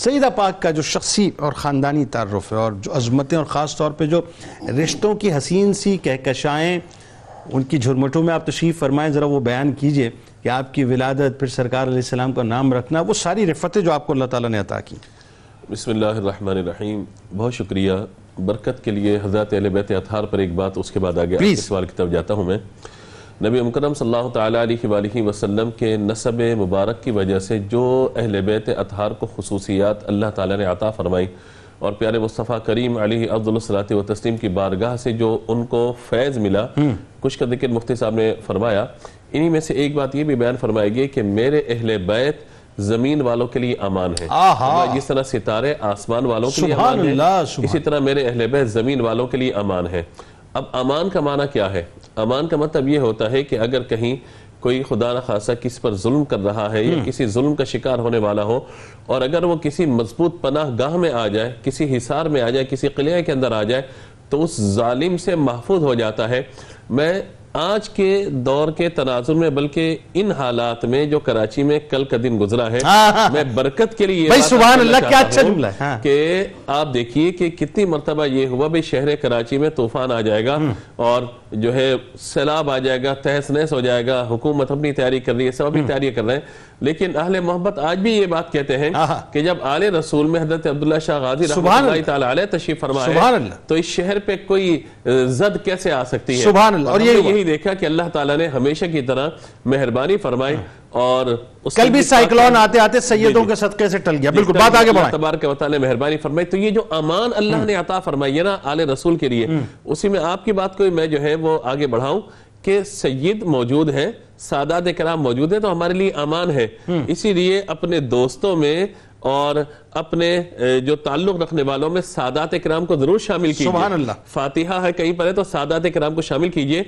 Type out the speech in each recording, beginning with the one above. سیدہ پاک کا جو شخصی اور خاندانی تعارف ہے اور جو عظمتیں اور خاص طور پہ جو رشتوں کی حسین سی کہکشائیں ان کی جھرمٹوں میں آپ تشریف فرمائیں ذرا وہ بیان کیجئے کہ آپ کی ولادت پھر سرکار علیہ السلام کا نام رکھنا وہ ساری رفتیں جو آپ کو اللہ تعالیٰ نے عطا کی بسم اللہ الرحمن الرحیم بہت شکریہ برکت کے لیے حضرت اہل بیت اطہار پر ایک بات اس کے بعد آگے آپ کے Please. سوال کی طرف جاتا ہوں میں نبی مکرم صلی اللہ تعالیٰ علیہ وآلہ وسلم کے نسب مبارک کی وجہ سے جو اہل بیت اطہار کو خصوصیات اللہ تعالیٰ نے عطا فرمائی اور پیارے مصطفیٰ کریم علیہ افضل الصلاۃ و تسلیم کی بارگاہ سے جو ان کو فیض ملا کچھ کا ذکر مفتی صاحب نے فرمایا انہی میں سے ایک بات یہ بھی بیان فرمائی گئی کہ میرے اہل بیت زمین والوں کے لیے امان ہے آہا! اللہ جس طرح ستارے آسمان والوں کے لیے سبحان امان ہے اللہ، سبحان اسی طرح میرے اہل بیت زمین والوں کے لیے امان ہے اب امان کا معنی کیا ہے امان کا مطلب یہ ہوتا ہے کہ اگر کہیں کوئی خدا نخواستہ کسی پر ظلم کر رہا ہے یا کسی ظلم کا شکار ہونے والا ہو اور اگر وہ کسی مضبوط پناہ گاہ میں آ جائے کسی حصار میں آ جائے کسی قلعے کے اندر آ جائے تو اس ظالم سے محفوظ ہو جاتا ہے میں آج کے دور کے تناظر میں بلکہ ان حالات میں جو کراچی میں کل کا دن گزرا ہے میں برکت کے لیے یہ بھائی بات سبحان کرنا اللہ، کیا چاہتا اچھا ہوں جملہ ہے، ہاں۔ کہ آپ دیکھیے کہ کتنی مرتبہ یہ ہوا بھائی شہر کراچی میں طوفان آ جائے گا اور جو ہے سیلاب آ جائے گا تہس نہس ہو جائے گا حکومت اپنی تیاری کر رہی ہے سب اپنی تیاری کر رہے ہیں لیکن اہل محبت آج بھی یہ بات کہتے ہیں آہا۔ کہ جب آل رسول میں حضرت عبداللہ شاہ غازی رحمۃ سبحان اللہ اللہ۔ تعالی علیہ تشریف فرما سبحان ہے اللہ۔ تو اس شہر پہ کوئی اہ، زد کیسے آ سکتی ہے سبحان اللہ، اور ہم نے یہ ہوا۔ یہی دیکھا کہ اللہ تعالیٰ نے ہمیشہ کی طرح مہربانی فرمائی اور اس ہاں. کل نے بھی جس بات سائیکلون آتے آتے سیدوں جی۔ کے صدقے سے ٹل گیا بالکل جس طرح بات آگے اللہ بڑھائیں تبارک و تعالی نے مہربانی فرمائی تو یہ جو امان اللہ نے عطا فرمائی ہے نا آل رسول کے لیے اسی میں آپ کی بات کو میں جو ہے وہ آگے بڑھاؤں کہ سید موجود ہیں سادات کرام موجود ہیں تو ہمارے لیے امان ہے اسی لیے اپنے دوستوں میں اور اپنے اے، جو تعلق رکھنے والوں میں سادات کرام کو ضرور شامل کیجیے سبحان اللہ۔ فاتحہ ہے کہیں پر ہے تو سادات کرام کو شامل کیجیے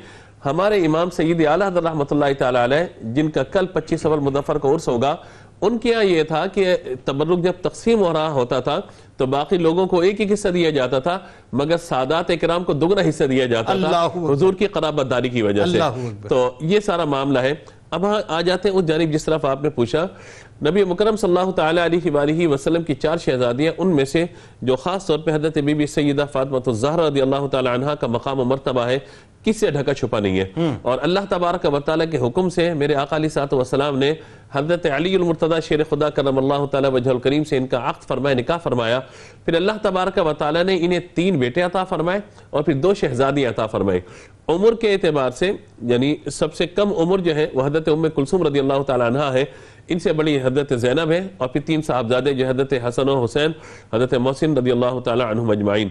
ہمارے امام سید اعلیٰ حضرت رحمۃ اللہ تعالی علیہ جن کا کل پچیس اول مظفر کو عرس ہوگا ان کے یہاں یہ تھا کہ تبرک جب تقسیم ہو رہا ہوتا تھا تو باقی لوگوں کو ایک ایک حصہ دیا جاتا تھا مگر سادات کرام کو دگنا حصہ دیا جاتا اللہ تھا اکبر۔ حضور کی قرابت داری کی وجہ سے اللہ اکبر۔ تو یہ سارا معاملہ ہے اب ہاں آ جاتے ہیں اس جانب جس طرف آپ نے پوچھا نبی مکرم صلی اللہ تعالیٰ علیہ وآلہ وسلم کی چار شہزادیاں ان میں سے جو خاص طور پہ حضرت بی بی سیدہ فاطمہ الزہرا رضی اللہ تعالی عنہ کا مقام و مرتبہ ہے کس سے ڈھکا چھپا نہیں ہے اور اللہ تبارک و تعالیٰ کے حکم سے میرے آقا علیہ سات وسلام نے حضرت علی المرتضی شیر خدا کرم اللہ تعالیٰ وجہ الکریم سے ان کا عقد فرمایا نکاح فرمایا پھر اللہ تبارک و تعالیٰ نے انہیں تین بیٹے عطا فرمائے اور پھر دو شہزادی عطا فرمائے عمر کے اعتبار سے یعنی سب سے کم عمر جو ہے وہ حضرت ام کلثوم رضی اللہ تعالیٰ عنہ ہے ان سے بڑی حضرت زینب ہے اور پھر تین صاحبزادے جو حضرت حسن و حسین حضرت محسن رضی اللہ تعالیٰ عنہ مجمعین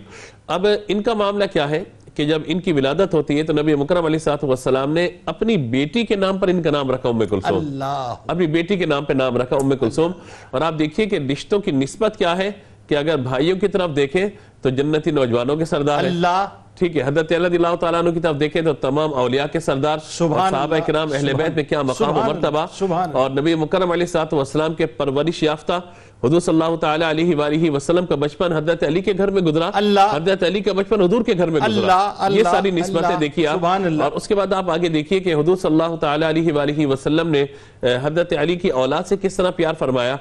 اب ان کا معاملہ کیا ہے کہ جب ان کی ولادت ہوتی ہے تو نبی مکرم علیہ صاحب والسلام نے اپنی بیٹی کے نام پر ان کا نام رکھا ام کلثوم اللہ اپنی بیٹی کے نام پہ نام رکھا ام کلثوم اور آپ دیکھیے کہ رشتوں کی نسبت کیا ہے کہ اگر بھائیوں کی طرف دیکھیں تو جنتی نوجوانوں کے سردار ہیں اللہ ٹھیک ہے حضرت اللہ اللہ تعالیٰ عنہ کی طرف دیکھیں تو تمام اولیاء کے سردار سبحان صحابہ اللہ، کرام اہل سبحان بیت میں کیا مقام و سبحان مرتبہ اللہ، سبحان اللہ۔ اور نبی مکرم علیہ سات وسلام کے پرورش یافتہ حضور صلی اللہ تعالیٰ علیہ وآلہ وسلم کا بچپن حضرت علی کے گھر میں گزرا اللہ۔ حضرت علی کا بچپن حضور کے گھر میں گزرا اللہ، یہ اللہ، ساری نسبتیں اللہ، دیکھیے آپ سبحان اللہ۔ اور اس کے بعد آپ آگے دیکھیے کہ حضور صلی اللہ تعالیٰ علیہ وآلہ وسلم نے اے، حضرت علی کی اولاد سے کس طرح پیار فرمایا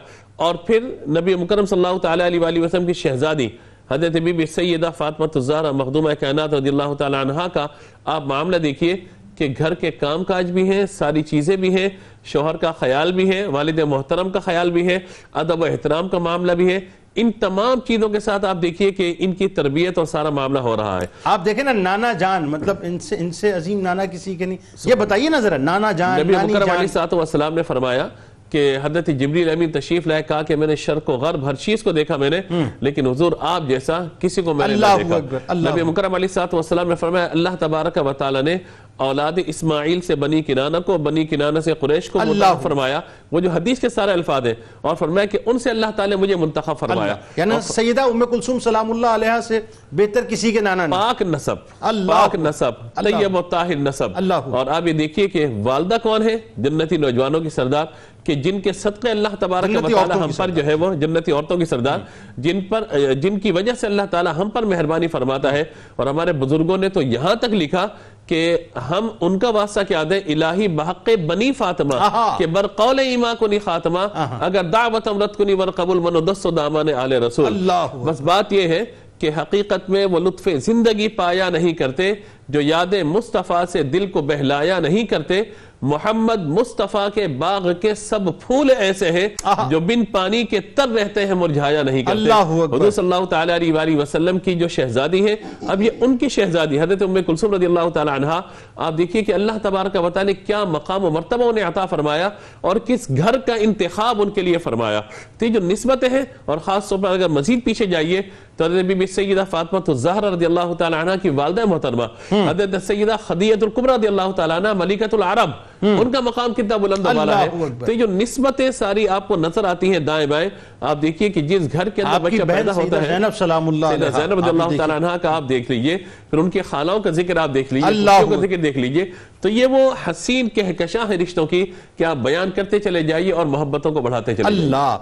اور پھر نبی مکرم صلی اللہ تعالیٰ علیہ وآلہ وسلم کی شہزادی حضرت بی بی سیدہ فاطمہ الزہرا مخدومہ کائنات رضی اللہ تعالیٰ عنہ کا آپ معاملہ دیکھیے کہ گھر کے کام کاج بھی ہیں ساری چیزیں بھی ہیں شوہر کا خیال بھی ہے والد محترم کا خیال بھی ہے ادب و احترام کا معاملہ بھی ہے ان تمام چیزوں کے ساتھ آپ دیکھیے کہ ان کی تربیت اور سارا معاملہ ہو رہا ہے آپ دیکھیں نا نانا جان مطلب ان سے ان سے عظیم نانا کسی کے نہیں یہ بتائیے نا ذرا نانا جان نبی نانی مکرم جان علیہ صاحب والسلام نے فرمایا کہ حضرت جبریل امین تشریف لائے کہا کہ میں نے شرق و غرب ہر چیز کو دیکھا میں نے لیکن حضور آپ جیسا کسی کو میں نے اللہ نہ اکبر، دیکھا اللہ نبی مکرم علیہ صاحب والسلام نے فرمایا اللہ تبارک و تعالی نے اولاد اسماعیل سے بنی کنانہ کو بنی کنانہ سے قریش کو اللہ منتخب فرمایا وہ جو حدیث کے سارے الفاظ ہیں اور فرمایا کہ ان سے اللہ تعالی نے مجھے منتخب فرمایا یعنی سیدہ ام کلثوم سلام اللہ علیہ سے بہتر کسی کے نانا نہیں پاک نصب اللہ پاک ہو۔ نصب اللہ طیب و طاہر نصب اللہ ہو۔ اور آپ یہ دیکھیے کہ والدہ کون ہے جنتی نوجوانوں کی سردار کہ جن کے صدقے اللہ تبارک و جنتی تعالی عورتوں ہم کی پر جو ہے وہ جنتی عورتوں کی سردار جن پر جن کی وجہ سے اللہ تعالی ہم پر مہربانی فرماتا ہے اور ہمارے بزرگوں نے تو یہاں تک لکھا کہ ہم ان کا واسطہ کیا دے الہی بحق بنی فاطمہ ہاں، کہ برقول ایما کنی خاتمہ اگر دعوت امرت کنی ورقبول منو دس و دامان آل رسول اللہ بس بات یہ ہے کہ حقیقت میں وہ لطف زندگی پایا نہیں کرتے جو یاد مصطفیٰ سے دل کو بہلایا نہیں کرتے محمد مصطفیٰ کے باغ کے سب پھول ایسے ہیں جو بن پانی کے تر رہتے ہیں مرجھایا نہیں کرتے اللہ اکبر۔ حضور صلی اللہ تعالیٰ علیہ وآلہ وسلم کی جو شہزادی ہے اب یہ ان کی شہزادی حضرت ام کلثوم رضی اللہ تعالیٰ عنہ آپ دیکھیے کہ اللہ تبارک و تعالیٰ نے کیا مقام و مرتبہ انہیں عطا فرمایا اور کس گھر کا انتخاب ان کے لیے فرمایا تو یہ جو نسبتیں ہیں اور خاص طور پر اگر مزید پیچھے جائیے تو حضرت بی بی سیدہ فاطمہ الزہرا رضی اللہ تعالیٰ عنہ کی والدہ محترمہ حضرت سیدہ خدیجہ الکبریٰ رضی اللہ تعالیٰ عنہ ملکۃ العرب ان کا مقام کتنا بلند و بالا اللہ ہے اکبر۔ تو یہ جو نسبتیں ساری آپ کو نظر آتی ہیں دائیں بائیں آپ دیکھیے کہ جس گھر کے آپ اندر کی بچہ بہن پیدا سیدہ ہوتا ہے زینب سلام اللہ سیدہ علیہا، زینب رضی آپ اللہ دیکھیے۔ تعالیٰ عنہ کا آپ دیکھ لیجئے پھر ان کی خالاؤں کا ذکر آپ دیکھ لیجئے اللہ پھوپھیوں کا اکبر۔ ذکر دیکھ لیجئے تو یہ وہ حسین کہکشاں ہیں رشتوں کی کہ آپ بیان کرتے چلے جائیے اور محبتوں کو بڑھاتے چلے جائیے اللہ